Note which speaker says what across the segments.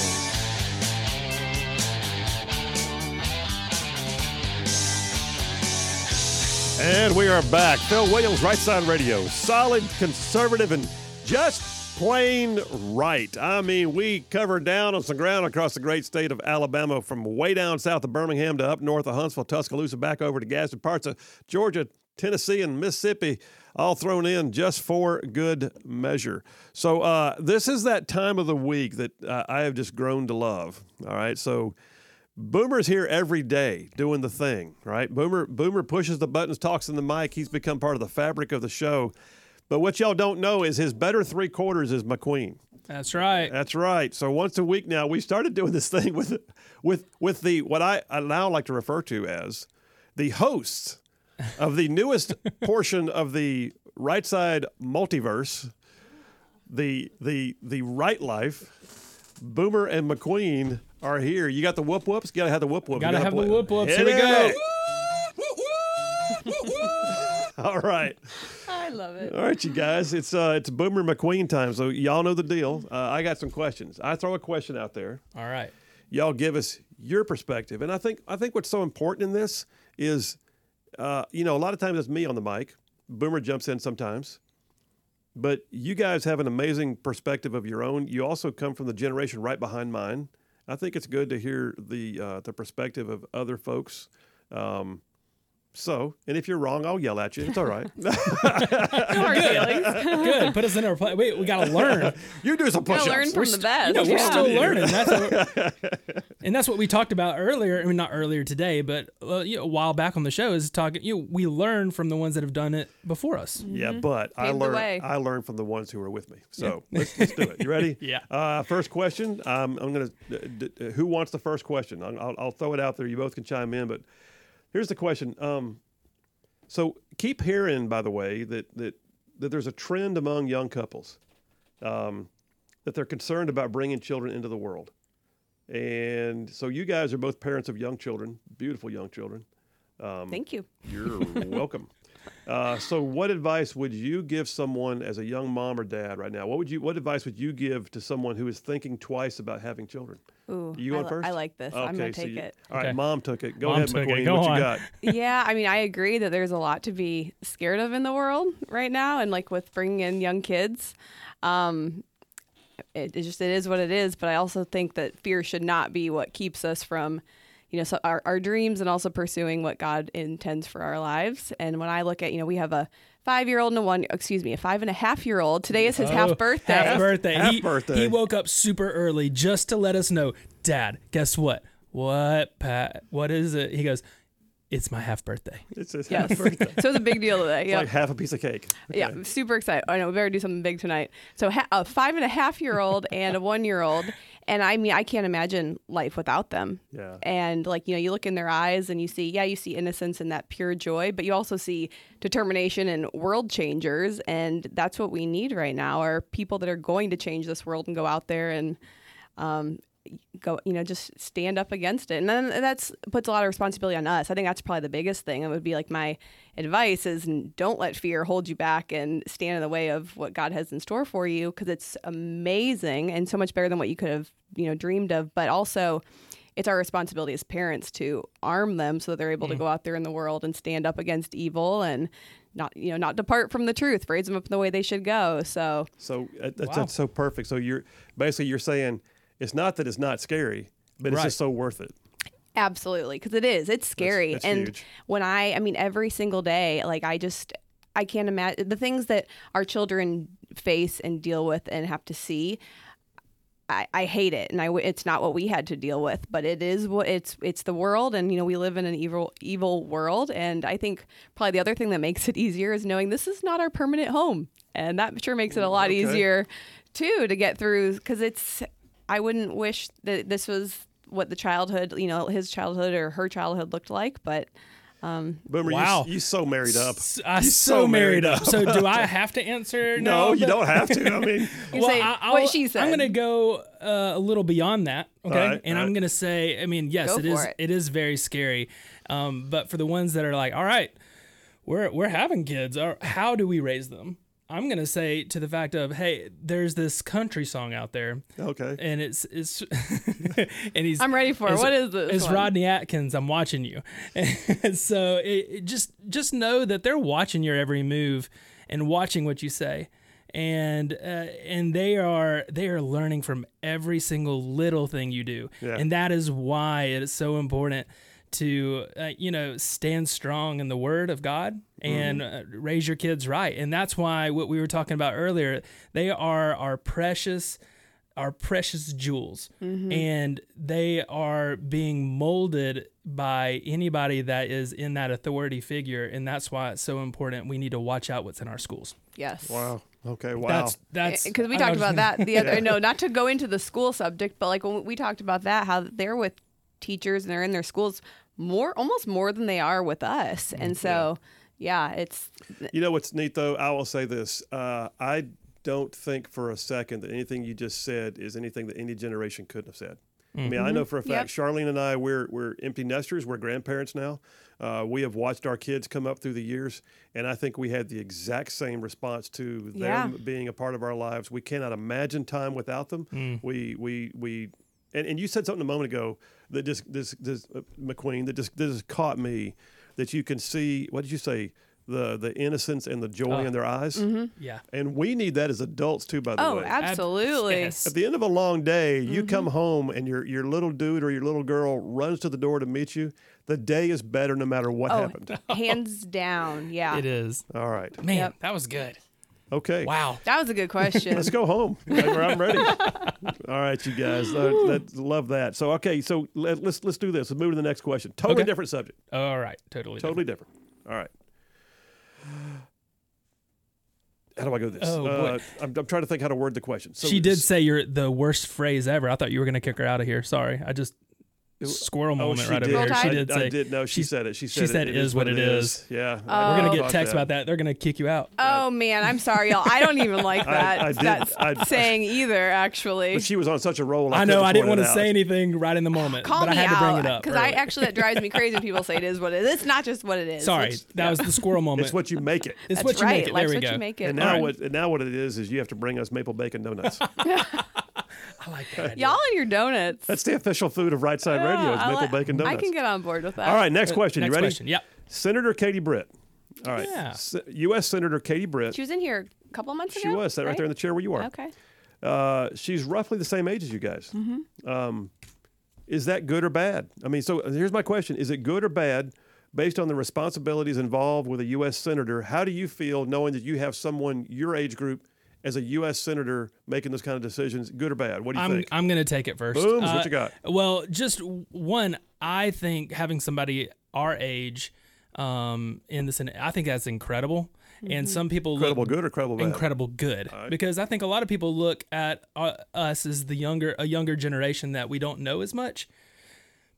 Speaker 1: Oh. And we are back. Phil Williams, Right Side Radio. Solid, conservative, and just plain right. I mean, we cover down on some ground across the great state of Alabama from way down south of Birmingham to up north of Huntsville, Tuscaloosa, back over to Gadsden, parts of Georgia, Tennessee, and Mississippi, all thrown in just for good measure. So, uh, this is that time of the week that uh, I have just grown to love. All right. So, Boomer's here every day doing the thing, right? Boomer Boomer pushes the buttons, talks in the mic. He's become part of the fabric of the show. But what y'all don't know is his better three quarters is McQueen.
Speaker 2: That's right.
Speaker 1: That's right. So once a week now, we started doing this thing with with with the what I, I now like to refer to as the hosts of the newest portion of the right side multiverse, the the the right life. Boomer and McQueen are here. You got the whoop whoops. You gotta have the whoop whoop. You
Speaker 2: Gotta
Speaker 1: gotta
Speaker 2: have the
Speaker 1: play-
Speaker 2: whoop whoops.
Speaker 1: Hit
Speaker 2: Here we
Speaker 1: it
Speaker 2: go.
Speaker 1: up. All right.
Speaker 3: I love it.
Speaker 1: All right, you guys, it's uh, it's Boomer McQueen time, so y'all know the deal. Uh, I got some questions. I throw a question out there.
Speaker 2: All right.
Speaker 1: Y'all give us your perspective, and I think I think what's so important in this is, uh, you know, a lot of times it's me on the mic. Boomer jumps in sometimes, but you guys have an amazing perspective of your own. You also come from the generation right behind mine. I think it's good to hear the uh, the perspective of other folks. Um, so, and if you're wrong, I'll yell at you. It's all right.
Speaker 3: No hard feelings.
Speaker 2: Good. Put us in our place. Wait, we gotta learn.
Speaker 1: you do some push-ups.
Speaker 3: Gotta learn from the best.
Speaker 2: You know, we're
Speaker 3: Yeah.
Speaker 2: still learning. That's what we're- and that's what we talked about earlier. I mean, not earlier today, but uh, you know, a while back on the show is talking. You know, we learn from the ones that have done it before us.
Speaker 1: Yeah, but I
Speaker 3: Mm-hmm. Paved the
Speaker 1: learned
Speaker 3: way.
Speaker 1: I learned from the ones who were with me. So let's, let's do it. You ready?
Speaker 2: Yeah.
Speaker 1: Uh, first question. Um, I'm gonna. D- d- who wants the first question? I'll, I'll, I'll throw it out there. You both can chime in. But here's the question. Um, so keep hearing, by the way, that that that there's a trend among young couples, um, that they're concerned about bringing children into the world, and so you guys are both parents of young children, beautiful young children.
Speaker 3: Thank you.
Speaker 1: You're welcome. Uh, so, what advice would you give someone as a young mom or dad right now? What would you? What advice would you give to someone who is thinking twice about having children?
Speaker 3: Ooh,
Speaker 1: You
Speaker 3: I
Speaker 1: going
Speaker 3: li-
Speaker 1: first?
Speaker 3: I like this. I'm gonna
Speaker 1: so
Speaker 3: take
Speaker 1: you-
Speaker 3: it.
Speaker 1: All right,
Speaker 2: Okay.
Speaker 1: mom took it. Go
Speaker 2: Mom
Speaker 1: ahead,
Speaker 2: took it.
Speaker 1: McQueen.
Speaker 2: Go
Speaker 1: what
Speaker 2: on.
Speaker 1: you got?
Speaker 3: yeah, I mean, I agree that there's a lot to be scared of in the world right now, and like with bringing in young kids, um, it, it just it is what it is. But I also think that fear should not be what keeps us from, you know, so our, our dreams and also pursuing what God intends for our lives. And when I look at, you know, we have a five year old and a one, excuse me, a five and a half year old. Today is his
Speaker 2: Oh,
Speaker 3: half birthday.
Speaker 2: Half birthday.
Speaker 1: half
Speaker 2: he,
Speaker 1: birthday.
Speaker 2: He woke up super early just to let us know, Dad. Guess what? What Pat? What is it? He goes, It's my half birthday.
Speaker 1: It's his
Speaker 3: Yes.
Speaker 1: half
Speaker 3: so
Speaker 1: birthday.
Speaker 3: it's a big deal today.
Speaker 1: It's
Speaker 3: Yeah.
Speaker 1: Like half a piece of cake.
Speaker 3: Yeah, I'm super excited. I know we better do something big tonight. So ha- a five and a half year old and a one year old, and I mean I can't imagine life without them.
Speaker 1: Yeah.
Speaker 3: And like you know, you look in their eyes and you see, yeah, you see innocence and that pure joy, but you also see determination and world changers, and that's what we need right now are people that are going to change this world and go out there and. Um, go you know just stand up against it and then that's puts a lot of responsibility on us i think that's probably the biggest thing it would be like my advice is n- don't let fear hold you back and stand in the way of what god has in store for you because it's amazing and so much better than what you could have you know dreamed of but also it's our responsibility as parents to arm them so that they're able to go out there in the world and stand up against evil and not you know not depart from the truth raise them up in the way they should go so
Speaker 1: So uh, that's,
Speaker 2: Wow.
Speaker 1: that's so perfect. So you're basically you're saying it's not that it's not scary, but
Speaker 2: Right.
Speaker 1: it's just so worth it.
Speaker 3: Absolutely, because it is. It's scary.
Speaker 1: it's
Speaker 3: and
Speaker 1: huge.
Speaker 3: when I, I mean, every single day, like I just, I can't imagine the things that our children face and deal with and have to see. I, I hate it, and I w- it's not what we had to deal with, but it is what it's it's the world, and you know we live in an evil evil world, and I think probably the other thing that makes it easier is knowing this is not our permanent home, and that sure makes it a lot
Speaker 1: Okay.
Speaker 3: easier too to get through because it's I wouldn't wish that this was what the childhood you know his childhood or her childhood looked like, but
Speaker 1: Boomer,
Speaker 2: Wow.
Speaker 1: you, you so married up.
Speaker 2: I
Speaker 1: You
Speaker 2: so married up. So do I have to answer?
Speaker 1: No,
Speaker 2: now?
Speaker 1: you don't have to. I mean,
Speaker 3: You say
Speaker 2: I-
Speaker 3: what
Speaker 2: I'll-
Speaker 3: she said.
Speaker 2: I'm going to go uh, a little beyond that, okay?
Speaker 1: All right,
Speaker 2: and
Speaker 1: all
Speaker 2: I'm
Speaker 1: right.
Speaker 2: going to say, I mean, yes,
Speaker 3: Go
Speaker 2: it is.
Speaker 3: for it.
Speaker 2: it is very scary, um, but for the ones that are like, all right, we're we're having kids. or How do uh, we raise them? I'm gonna say to the fact of, hey, there's this country song out there,
Speaker 1: Okay.
Speaker 2: and it's it's, and he's
Speaker 3: I'm ready for it.
Speaker 2: it's-
Speaker 3: What is this
Speaker 2: It's
Speaker 3: one?
Speaker 2: Rodney Atkins. I'm watching you, and so it, it just just know that they're watching your every move and watching what you say, and uh, and they are they are learning from every single little thing you do,
Speaker 1: Yeah.
Speaker 2: and that is why it is so important to uh, you know stand strong in the word of God and uh,
Speaker 1: Mm-hmm.
Speaker 2: raise your kids right, and that's why what we were talking about earlier, they are our precious are precious jewels
Speaker 3: Mm-hmm.
Speaker 2: and they are being molded by anybody that is in that authority figure and that's why it's so important we need to watch out what's in our schools
Speaker 3: Yes.
Speaker 1: Wow. Okay. Wow.
Speaker 2: that's that's
Speaker 3: because Eh, we
Speaker 2: I- I
Speaker 3: talked
Speaker 2: was gonna-
Speaker 3: about that the other no not to go into the school subject but like when we talked about that how they're with teachers and they're in their schools more almost more than they are with us
Speaker 2: Mm,
Speaker 3: and so yeah it's
Speaker 1: You know what's neat though? I will say this: uh, I don't think for a second that anything you just said is anything that any generation couldn't have said. I mean, I know for a fact,
Speaker 3: Yep.
Speaker 1: Charlene and I, we're we're empty nesters. We're grandparents now. Uh, we have watched our kids come up through the years, and I think we had the exact same response to
Speaker 3: Yeah.
Speaker 1: them being a part of our lives. We cannot imagine time without them. We we we. And, and you said something a moment ago that just this this uh, McQueen that just this caught me that you can see what did you say the the innocence and the joy in their eyes
Speaker 2: yeah
Speaker 1: and we need that as adults too by the
Speaker 3: Mm-hmm. oh Mm-hmm.
Speaker 1: way
Speaker 3: absolutely
Speaker 2: Yes.
Speaker 1: at the end of a long day, you come home and your your little dude or your little girl runs to the door to meet you. The day is better no matter what
Speaker 3: oh
Speaker 1: happened.
Speaker 3: hands down yeah
Speaker 2: it is
Speaker 1: All right.
Speaker 2: man
Speaker 3: Yep.
Speaker 2: that was good
Speaker 1: Okay.
Speaker 2: wow
Speaker 3: that was a good question
Speaker 1: Let's go home. Whenever I'm ready. All right, you guys. Uh, let- love that. So okay, so let, let's let's do this. Let's move to the next question. Totally
Speaker 2: Okay.
Speaker 1: different subject.
Speaker 2: all right totally
Speaker 1: Totally different. All right. How do I go with this?
Speaker 2: Oh, boy.
Speaker 1: uh, I'm, I'm trying to think how to word the question. So
Speaker 2: different. she did say you're the worst phrase ever i thought you were gonna kick her out of here sorry i just squirrel
Speaker 1: Oh,
Speaker 2: moment
Speaker 1: she
Speaker 2: right
Speaker 1: did.
Speaker 2: over here
Speaker 3: Roll
Speaker 2: she
Speaker 1: I,
Speaker 2: did
Speaker 1: I
Speaker 2: say
Speaker 1: did. No, she
Speaker 2: she's-
Speaker 1: said it. She
Speaker 2: she
Speaker 1: said,
Speaker 2: said
Speaker 1: it,
Speaker 2: it is what it is.
Speaker 1: Yeah.
Speaker 2: we're gonna
Speaker 1: Thought
Speaker 2: get texts
Speaker 1: that.
Speaker 2: about that they're gonna kick you out
Speaker 3: oh man i'm sorry y'all i don't even like
Speaker 1: I-
Speaker 3: that
Speaker 1: I did-
Speaker 3: that
Speaker 1: I-
Speaker 3: saying either actually
Speaker 1: But she was on such a roll.
Speaker 2: i know i didn't want to say
Speaker 1: anything.
Speaker 2: anything right in the moment
Speaker 3: call
Speaker 2: but i
Speaker 3: me
Speaker 2: had to bring it
Speaker 3: out
Speaker 2: up
Speaker 3: because i
Speaker 2: earlier.
Speaker 3: actually that drives me crazy when people say it is what it is it's not just what it is
Speaker 2: sorry
Speaker 3: it's,
Speaker 2: that was the squirrel moment
Speaker 1: It's what you make it.
Speaker 2: It's
Speaker 3: that's
Speaker 2: what you
Speaker 3: right
Speaker 2: make it.
Speaker 3: Life's
Speaker 2: there we
Speaker 3: what
Speaker 2: go.
Speaker 3: you make it
Speaker 1: And now, what, and now what it is is you have to bring us maple bacon donuts.
Speaker 2: I like that.
Speaker 3: y'all and your donuts
Speaker 1: That's the official food of Right Side
Speaker 3: Yeah,
Speaker 1: Radio is
Speaker 3: I
Speaker 1: maple
Speaker 3: li-
Speaker 1: bacon
Speaker 3: I
Speaker 1: donuts.
Speaker 3: can get on board with that.
Speaker 1: All right, next question.
Speaker 2: Uh, Next
Speaker 1: you ready?
Speaker 2: question. Yep.
Speaker 1: Senator Katie Britt. All right.
Speaker 2: Yeah.
Speaker 1: S- U.S. Senator Katie Britt.
Speaker 3: She was in here a couple months
Speaker 1: She
Speaker 3: ago.
Speaker 1: was sat right there in the chair where you are.
Speaker 3: Okay.
Speaker 1: Uh, she's roughly the same age as you guys. Um,
Speaker 3: Mm-hmm.
Speaker 1: is that good or bad? I mean, so uh, here's my question: Is it good or bad, based on the responsibilities involved with a U.S. senator? How do you feel knowing that you have someone your age group as a U.S. senator making those kind of decisions? Good or bad? What do you
Speaker 2: I'm
Speaker 1: think?
Speaker 2: I'm gonna take it first. Uh,
Speaker 1: Booms, what you got?
Speaker 2: Well, just w- one. I think having somebody our age um, in the Senate, I think that's incredible.
Speaker 3: Mm-hmm.
Speaker 2: And some people
Speaker 1: Incredible
Speaker 2: look
Speaker 1: good or credible bad?
Speaker 2: incredible good because I think a lot of people look at uh, us as the younger a younger generation that we don't know as much,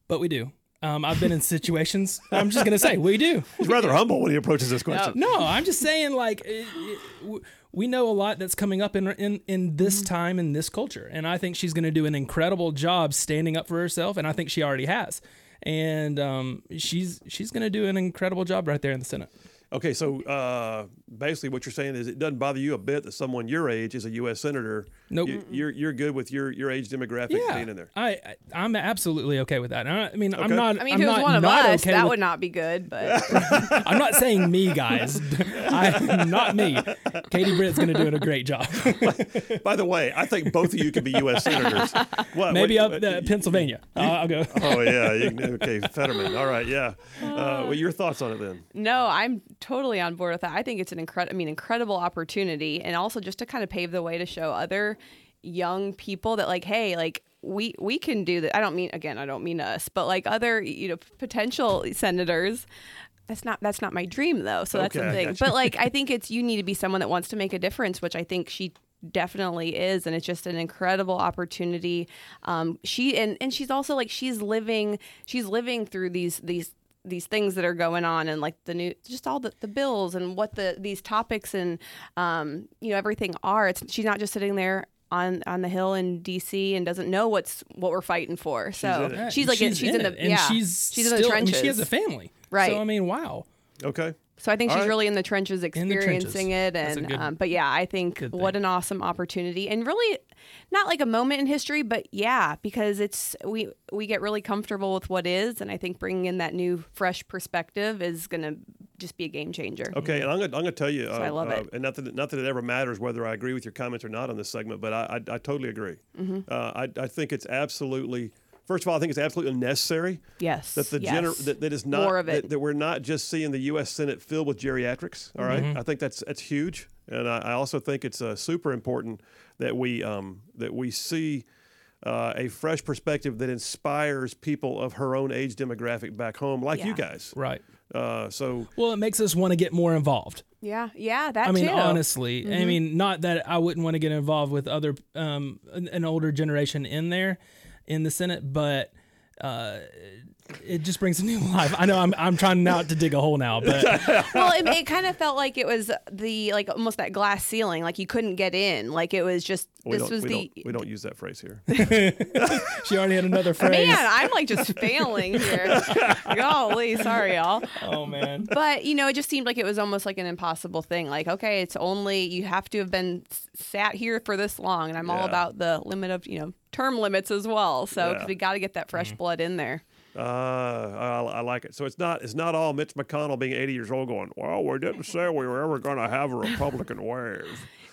Speaker 2: but we do. Um, I've been in situations. I'm just gonna say we do.
Speaker 1: He's rather humble when he approaches this question.
Speaker 2: No, I'm just saying, like, it, it, w- we know a lot that's coming up in in, in this
Speaker 3: Mm-hmm.
Speaker 2: time in this culture, and I think she's going to do an incredible job standing up for herself, and I think she already has, and um, she's she's going to do an incredible job right there in the Senate.
Speaker 1: Okay, so uh, basically, what you're saying is it doesn't bother you a bit that someone your age is a U.S. senator.
Speaker 2: Nope.
Speaker 1: You, you're you're good with your your age demographic being in there.
Speaker 2: I I- I'm absolutely okay with that. And I, I mean, I'm
Speaker 1: Okay.
Speaker 2: not.
Speaker 3: I mean,
Speaker 2: I'm
Speaker 3: if it was
Speaker 2: not
Speaker 3: one of
Speaker 2: not
Speaker 3: us,
Speaker 2: okay
Speaker 3: that
Speaker 2: with-
Speaker 3: would not be good. But
Speaker 2: I'm not saying me, guys. I'm not me. Katie Britt's going to do it a great job.
Speaker 1: By the way, I think both of you could be U.S. senators. What,
Speaker 2: Maybe
Speaker 1: what-
Speaker 2: up uh, Pennsylvania. Uh, I'll go.
Speaker 1: Oh yeah, you, can- okay, Fetterman. All right, yeah. Uh, well, your thoughts on it then?
Speaker 3: no, I'm totally on board with that. I think it's an incredible, I mean, incredible opportunity, and also just to kind of pave the way to show other young people that, like, hey, like we we can do that. I don't mean again, I don't mean us, but like other you know potential senators. That's not that's not my dream though. So that's
Speaker 1: Okay, I
Speaker 3: the thing. But like, I think it's you need to be someone that wants to make a difference, which I think she definitely is and it's just an incredible opportunity um she and and she's also like she's living she's living through these these these things that are going on and like the new just all the, the bills and what the these topics and um you know everything are it's she's not just sitting there on on the hill in DC and doesn't know what's what we're fighting for so
Speaker 1: in
Speaker 3: she's, like in- she's, in,
Speaker 2: it,
Speaker 3: the
Speaker 2: and
Speaker 3: yeah
Speaker 2: she's
Speaker 3: she's
Speaker 2: still,
Speaker 3: in the
Speaker 2: I mean,
Speaker 3: trenches
Speaker 2: she has a family,
Speaker 3: Right.
Speaker 2: So I mean, wow.
Speaker 1: Okay,
Speaker 3: So I think
Speaker 1: All
Speaker 3: she's
Speaker 1: right.
Speaker 3: really in the trenches
Speaker 2: the trenches.
Speaker 3: experiencing it.
Speaker 2: That's a
Speaker 3: And
Speaker 2: good-
Speaker 3: um, but yeah, I think
Speaker 2: good
Speaker 3: what
Speaker 2: thing.
Speaker 3: an awesome opportunity and really not like a moment in history, but yeah, because it's we we get really comfortable with what is, and I think bringing in that new fresh perspective is going to just be a game changer.
Speaker 1: Okay, and I'm gonna, I'm gonna tell you, uh,
Speaker 3: I love
Speaker 1: uh,
Speaker 3: it.
Speaker 1: and nothing that- nothing that ever matters whether I agree with your comments or not on this segment, but I I, I totally agree. Uh, I I think it's absolutely first of all I think it's absolutely necessary
Speaker 3: Yes.
Speaker 1: that the
Speaker 3: yes.
Speaker 1: gener- that, that is not
Speaker 3: More of
Speaker 1: that- That,
Speaker 3: it.
Speaker 1: we're not just seeing the U.S. Senate filled with geriatrics. All right?
Speaker 3: Mm-hmm.
Speaker 1: I think that's that's huge, and I, I also think it's uh, super important that we um, that we see. Uh, a fresh perspective that inspires people of her own age demographic back home, like you
Speaker 3: Yeah.
Speaker 1: guys.
Speaker 2: Right.
Speaker 1: Uh, so
Speaker 2: Well, it makes us want to get more involved.
Speaker 3: yeah, yeah, that
Speaker 2: I mean,
Speaker 3: too. Mm-hmm.
Speaker 2: honestly, I mean, not that I wouldn't want to get involved with other um, an, an older generation in there, in the Senate, but uh, it just brings a new life. I know I'm I'm trying not to dig a hole now, but
Speaker 3: well, it, it kind of felt like it was the like almost that glass ceiling, like you couldn't get in, like it was just
Speaker 1: we
Speaker 3: this
Speaker 1: don't,
Speaker 3: was
Speaker 1: we,
Speaker 3: the
Speaker 1: don't, we don't use that phrase here.
Speaker 2: she already had another phrase.
Speaker 3: Man, I'm like just failing here. Golly, sorry, y'all.
Speaker 2: Oh man.
Speaker 3: But you know, it just seemed like it was almost like an impossible thing. Like, okay, it's only you have to have been s- sat here for this long, and I'm
Speaker 1: Yeah.
Speaker 3: all about the limit of you know term limits as well. So 'cause
Speaker 1: Yeah. Mm-hmm.
Speaker 3: we got to get that fresh blood in there.
Speaker 1: Uh, I, I like it. So it's not it's not all Mitch McConnell being 80 years old going, well, we didn't say we were ever going to have a Republican wave.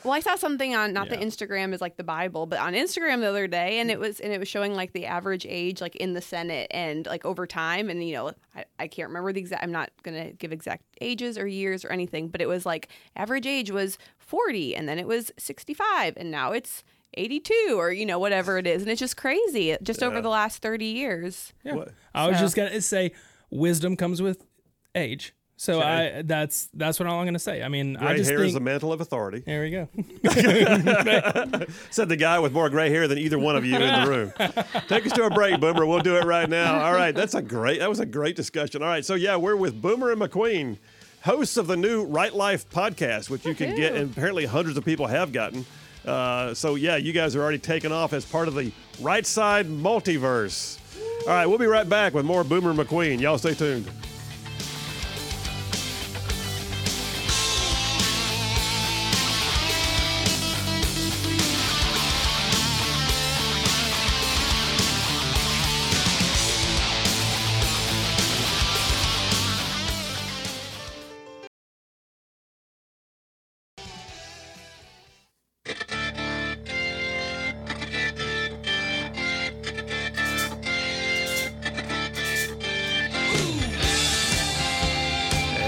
Speaker 3: Well, I saw something on not that Instagram is like the Bible, but on Instagram the other day, and it was and it was showing like the average age like in the Senate and like over time, and you know I, I can't remember the exact. I'm not gonna give exact ages or years or anything, but it was like average age was 40, and then it was 65, and now it's 82 or you know whatever it is, and it's just crazy. Just over the last 30 years.
Speaker 2: Yeah.
Speaker 1: What-
Speaker 2: I was
Speaker 3: So-
Speaker 2: just gonna say, wisdom comes with age. So I that's that's what I'm gonna say. I mean, I
Speaker 1: Gray
Speaker 2: just
Speaker 1: hair
Speaker 2: think
Speaker 1: is the mantle of authority.
Speaker 2: there we go.
Speaker 1: Said the guy with more gray hair than either one of you in the room. Take us to a break, Boomer. We'll do it right now. All right, that's a great. That was a great discussion. All right, so yeah, we're with Boomer and McQueen, hosts of the new Right Life podcast, which you can get, and apparently hundreds of people have gotten. Uh, so yeah, you guys are already taken off as part of the Right Side Multiverse. All right, we'll be right back with more Boomer and McQueen. Y'all stay tuned.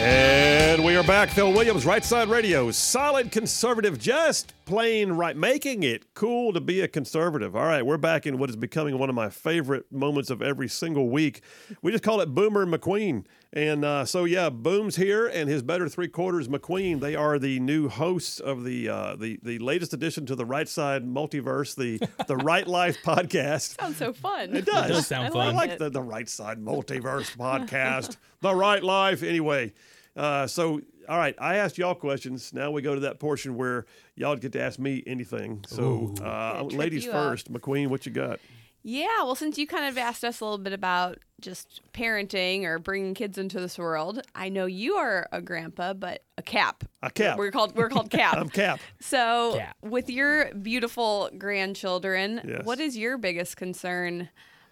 Speaker 1: And we are back. Phil Williams, Right Side Radio, solid conservative, just plain right, making it cool to be a conservative. All right, we're back in what is becoming one of my favorite moments of every single week. We just call it Boomer and McQueen. And uh, so, yeah, Boom's here and his better three quarters, McQueen. They are the new hosts of the uh, the the latest addition to the Right Side Multiverse, the the Right Life podcast.
Speaker 3: Sounds so fun.
Speaker 1: It does.
Speaker 2: does sound
Speaker 1: I
Speaker 2: fun.
Speaker 1: like
Speaker 3: it.
Speaker 1: the, the Right Side Multiverse podcast, The Right Life. Anyway, uh, so, all right, I asked y'all questions. Now we go to that portion where y'all get to ask me anything. So, uh,
Speaker 3: trip
Speaker 1: ladies
Speaker 3: you up.
Speaker 1: first, McQueen, what you got?
Speaker 3: Yeah, well, since you kind of asked us a little bit about just parenting or bringing kids into this world, I know you are a grandpa, but a cap.
Speaker 1: A cap.
Speaker 3: We're called we're called cap.
Speaker 1: I'm Cap.
Speaker 3: So,
Speaker 2: Cap.
Speaker 3: with your beautiful grandchildren,
Speaker 1: Yes.
Speaker 3: what is your biggest concern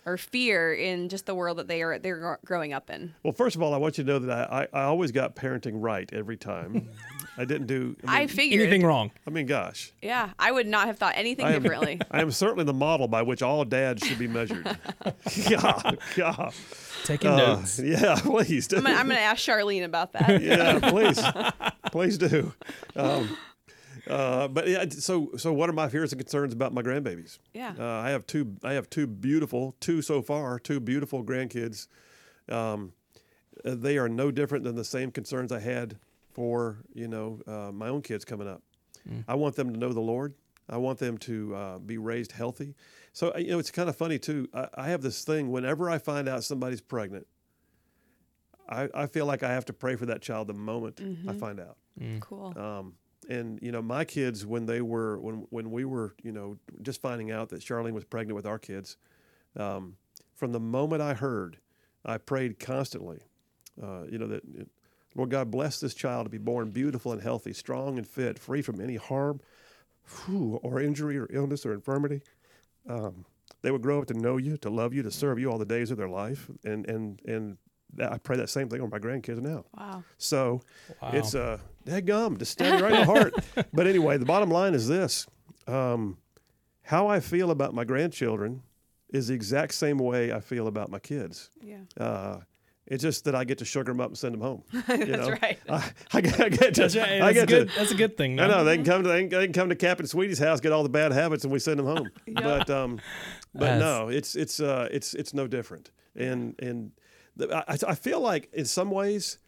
Speaker 3: or fear in just the world that they are they're gr- growing up in?
Speaker 1: Well, first of all, I want you to know that I, I, I always got parenting right every time. I didn't do, I
Speaker 3: I
Speaker 1: mean,
Speaker 3: figured.
Speaker 2: Anything wrong?
Speaker 1: I mean gosh.
Speaker 3: Yeah, I would not have thought anything
Speaker 1: I am-
Speaker 3: differently.
Speaker 1: I am certainly the model by which all dads should be measured. yeah, yeah.
Speaker 2: Taking
Speaker 1: Uh,
Speaker 2: notes.
Speaker 1: yeah, please do.
Speaker 3: I'm gonna, I'm gonna ask Charlene about that.
Speaker 1: yeah, please, please do. Um, uh, but yeah, so so what are my fears and concerns about my grandbabies?
Speaker 3: Yeah.
Speaker 1: uh, I have two. I have two beautiful, two so far, two beautiful grandkids. Um, uh, they are no different than the same concerns I had for you know uh, my own kids coming up. I want them to know the Lord. I want them to uh, be raised healthy. So uh, you know, it's kind of funny too. I, I have this thing whenever I find out somebody's pregnant. I, I feel like I have to pray for that child the moment I find out.
Speaker 2: Mm.
Speaker 3: Cool.
Speaker 1: Um, and you know, my kids when they were when when we were you know just finding out that Charlene was pregnant with our kids, um, from the moment I heard, I prayed constantly. Uh, you know that Lord God, bless this child to be born beautiful and healthy, strong and fit, free from any harm whew, or injury or illness or infirmity. Um, they would grow up to know you, to love you, to serve you all the days of their life. And and and that, I pray that same thing on my grandkids now.
Speaker 3: Wow.
Speaker 1: So
Speaker 2: Wow.
Speaker 1: it's uh, that gum just stabbed right in the heart. But anyway, the bottom line is this: um, how I feel about my grandchildren is the exact same way I feel about my kids.
Speaker 3: Yeah.
Speaker 1: Uh, it's just that I get to sugar them up and send them home. That's
Speaker 3: right.
Speaker 1: I, I get, I get to.
Speaker 2: That's, right.
Speaker 1: I
Speaker 2: That's
Speaker 1: get
Speaker 2: good.
Speaker 1: to.
Speaker 2: That's a good thing.
Speaker 1: I
Speaker 2: though.
Speaker 1: know they can come to they can, they can come to Captain Sweetie's house, get all the bad habits, and we send them home. But um, but
Speaker 2: That's-
Speaker 1: no, it's it's uh, it's it's no different. And and the, I, I feel like in some ways,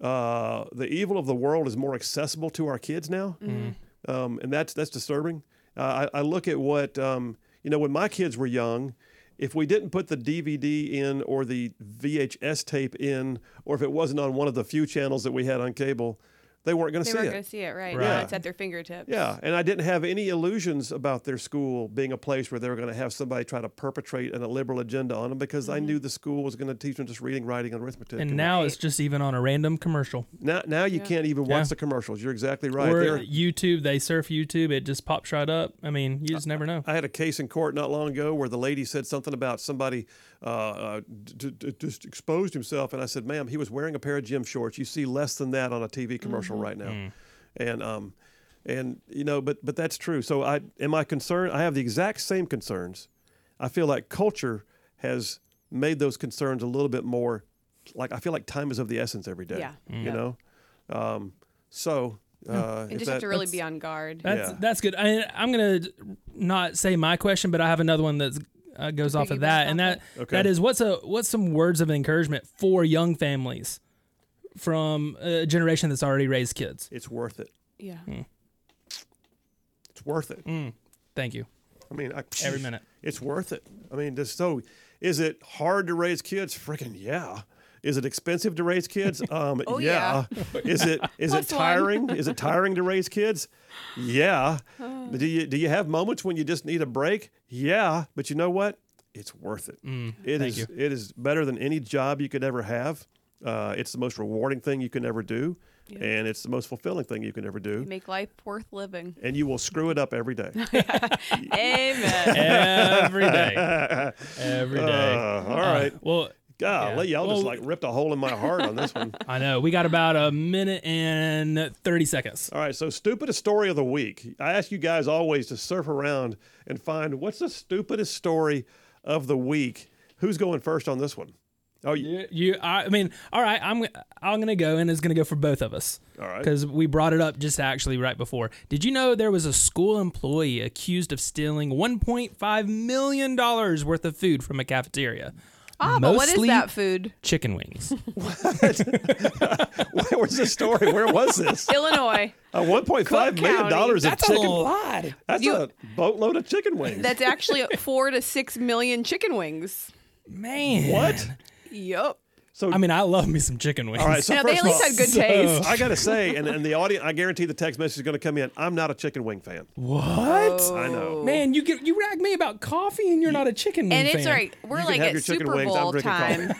Speaker 1: uh, the evil of the world is more accessible to our kids now,
Speaker 3: Mm-hmm.
Speaker 1: um, and that's that's disturbing. Uh, I, I look at what um, you know when my kids were young. If we didn't put the DVD in or the VHS tape in, or if it wasn't on one of the few channels that we had on cable, they weren't going to
Speaker 3: They
Speaker 1: see
Speaker 3: weren't
Speaker 1: it.
Speaker 3: going to see it, right?
Speaker 2: Right.
Speaker 3: Now
Speaker 2: Yeah.
Speaker 3: it's at their fingertips.
Speaker 1: Yeah, and I didn't have any illusions about their school being a place where they were going to have somebody try to perpetrate an, a liberal agenda on them because I knew the school was going to teach them just reading, writing, and arithmetic.
Speaker 2: Mm-hmm. And now it's just even on a random commercial
Speaker 1: now, now you can't even watch
Speaker 2: Yeah.
Speaker 1: the commercials. You're exactly right.
Speaker 2: or
Speaker 1: They're-
Speaker 2: YouTube. They surf YouTube. It just pops right up. I mean, you just never know.
Speaker 1: I had a case in court not long ago where the lady said something about somebody uh, uh, d- d- d- just exposed himself, and I said, "Ma'am, he was wearing a pair of gym shorts. You see less than that on a TV commercial
Speaker 2: Mm-hmm.
Speaker 1: right now."
Speaker 2: Mm.
Speaker 1: And um, and you know, but but that's true. So I am I concerned? I have the exact same concerns. I feel like culture has made those concerns a little bit more. Like I feel like time is of the essence every day.
Speaker 3: Yeah.
Speaker 1: You know, um, so. Uh,
Speaker 3: You
Speaker 1: if
Speaker 3: just
Speaker 1: that-
Speaker 3: have to really be on guard.
Speaker 2: That's
Speaker 1: Yeah.
Speaker 2: that's good. I, I'm gonna not say my question, but I have another one that uh, goes off of
Speaker 3: piggyback
Speaker 2: that, and
Speaker 3: off
Speaker 2: that
Speaker 1: Okay.
Speaker 2: that is what's a what's some words of encouragement for young families from a generation that's already raised kids.
Speaker 1: it's worth it.
Speaker 3: yeah.
Speaker 1: It's worth it.
Speaker 2: Thank you.
Speaker 1: I mean, I,
Speaker 2: Mm. Every minute.
Speaker 1: It's worth it. I mean, just so is it hard to raise kids? Freaking yeah. Is it expensive to raise kids? Um,
Speaker 3: Oh,
Speaker 1: yeah. Is it is it
Speaker 3: Plus one.
Speaker 1: tiring? is it tiring to raise kids? Yeah.
Speaker 3: Uh.
Speaker 1: Do you do you have moments when you just need a break? Yeah. But you know what? It's worth it. It is it is better than any job you could ever have. Uh, it's the most rewarding thing you can ever do, and it's the most fulfilling thing you can ever do.
Speaker 3: Make life worth living.
Speaker 1: And you will screw it up every day.
Speaker 3: Amen.
Speaker 2: Every day. Every day.
Speaker 1: Uh, all right.
Speaker 2: well,
Speaker 1: Golly, y'all just
Speaker 2: Well-
Speaker 1: like ripped a hole in my heart on this one.
Speaker 2: I know we got about a minute and thirty seconds.
Speaker 1: All right, so stupidest story of the week. I ask you guys always to surf around and find what's the stupidest story of the week. Who's going first on this one? Oh, yeah.
Speaker 2: You, you I, I mean, all right. I'm, I'm gonna go, and it's gonna go for both of us.
Speaker 1: All right.
Speaker 2: Because we brought it up just actually right before. Did you know there was a school employee accused of stealing 1.5 million dollars worth of food from a cafeteria?
Speaker 3: Ah, but what is
Speaker 2: Mostly
Speaker 3: that food?
Speaker 2: Chicken wings.
Speaker 1: Where was this story? Where was this?
Speaker 3: Illinois.
Speaker 1: Uh, One point five million dollars of
Speaker 2: That's
Speaker 1: chicken.
Speaker 2: a lot.
Speaker 1: That's
Speaker 3: You-
Speaker 1: a boatload of chicken wings.
Speaker 3: That's actually four to six million chicken wings.
Speaker 2: Man.
Speaker 1: what?
Speaker 3: Yup.
Speaker 1: So
Speaker 2: I mean, I love me some chicken wings.
Speaker 1: all right. So
Speaker 3: Now they
Speaker 1: first of
Speaker 3: at
Speaker 1: all,
Speaker 3: least had good
Speaker 2: so-
Speaker 3: taste.
Speaker 1: I gotta say, and, and the audience, I guarantee the text message is gonna come in. I'm not a chicken wing fan.
Speaker 2: what?
Speaker 3: Oh.
Speaker 1: I know.
Speaker 2: Man, you get you rag me about coffee and you're not a chicken wing
Speaker 3: And it's
Speaker 2: fan.
Speaker 3: all right. We're
Speaker 1: You can
Speaker 3: like
Speaker 1: have
Speaker 3: at
Speaker 1: your chicken
Speaker 3: Super
Speaker 1: wings, I'm
Speaker 3: Bowl
Speaker 1: drinking coffee.
Speaker 3: time.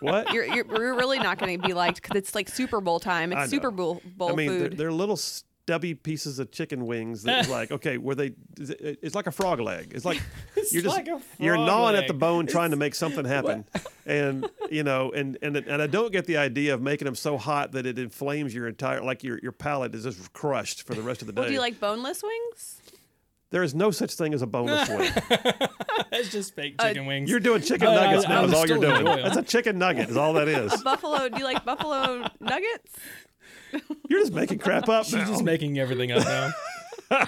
Speaker 1: What?
Speaker 3: you're, you're, we're really not going to be liked because it's like Super Bowl time.
Speaker 1: I
Speaker 3: It's
Speaker 1: know.
Speaker 3: Super Bowl Bowl
Speaker 1: I mean, They're,
Speaker 3: food.
Speaker 1: they're little stubby pieces of chicken wings. That's like, okay, were they? is it- It's like a frog leg. It's like you're just
Speaker 2: like a
Speaker 1: you're
Speaker 2: frog
Speaker 1: gnawing at the
Speaker 2: leg.
Speaker 1: bone, trying to make something happen. and you know, and and and I don't get the idea of making them so hot that it inflames your entire like your your palate is just crushed for the rest of the day.
Speaker 3: well, do you like boneless wings?
Speaker 1: there is no such thing as a boneless wing.
Speaker 2: That's just fake chicken wings.
Speaker 1: You're doing chicken
Speaker 2: I- I-
Speaker 1: nuggets now.
Speaker 2: I'm
Speaker 1: is all you're
Speaker 2: still
Speaker 1: doing.
Speaker 2: enjoying.
Speaker 1: That's a chicken nugget. Is all that is.
Speaker 3: Buffalo? Do you like buffalo nuggets?
Speaker 1: You're just making crap up now.
Speaker 2: She's just making everything up now.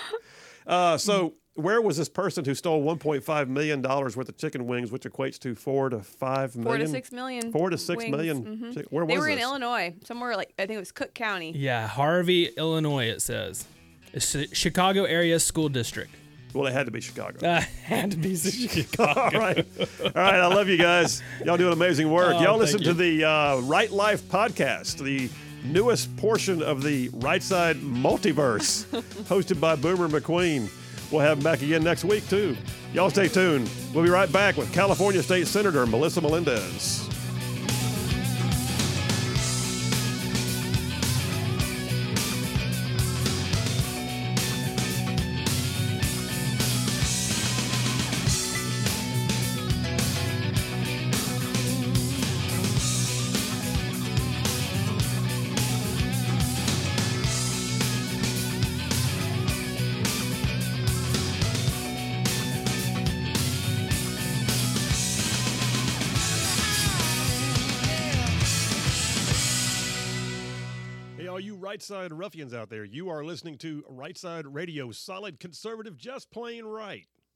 Speaker 1: Uh, so where was this person who stole 1.5 million dollars worth of chicken wings, which equates to four to five million?
Speaker 3: Four to six million.
Speaker 1: Four to six
Speaker 3: wings.
Speaker 1: million.
Speaker 3: Mhm.
Speaker 1: chick- Where
Speaker 3: They
Speaker 1: was
Speaker 3: were
Speaker 1: this?
Speaker 3: in Illinois, somewhere like I think it was Cook County.
Speaker 2: yeah, Harvey, Illinois. It says it's a Chicago area school district.
Speaker 1: Well, it had to be Chicago.
Speaker 2: Uh, had to be Chicago.
Speaker 1: All right. All right. I love you guys. Y'all doing amazing work.
Speaker 2: Oh,
Speaker 1: Y'all
Speaker 2: thank
Speaker 1: listen to
Speaker 2: you.
Speaker 1: the uh, Right Life podcast, the newest portion of the Right Side Multiverse, hosted by Boomer McQueen. We'll have him back again next week, too. Y'all stay tuned. We'll be right back with California State Senator Melissa Melendez. all you right side ruffians out there, you are listening to Right Side Radio, solid conservative, just plain right.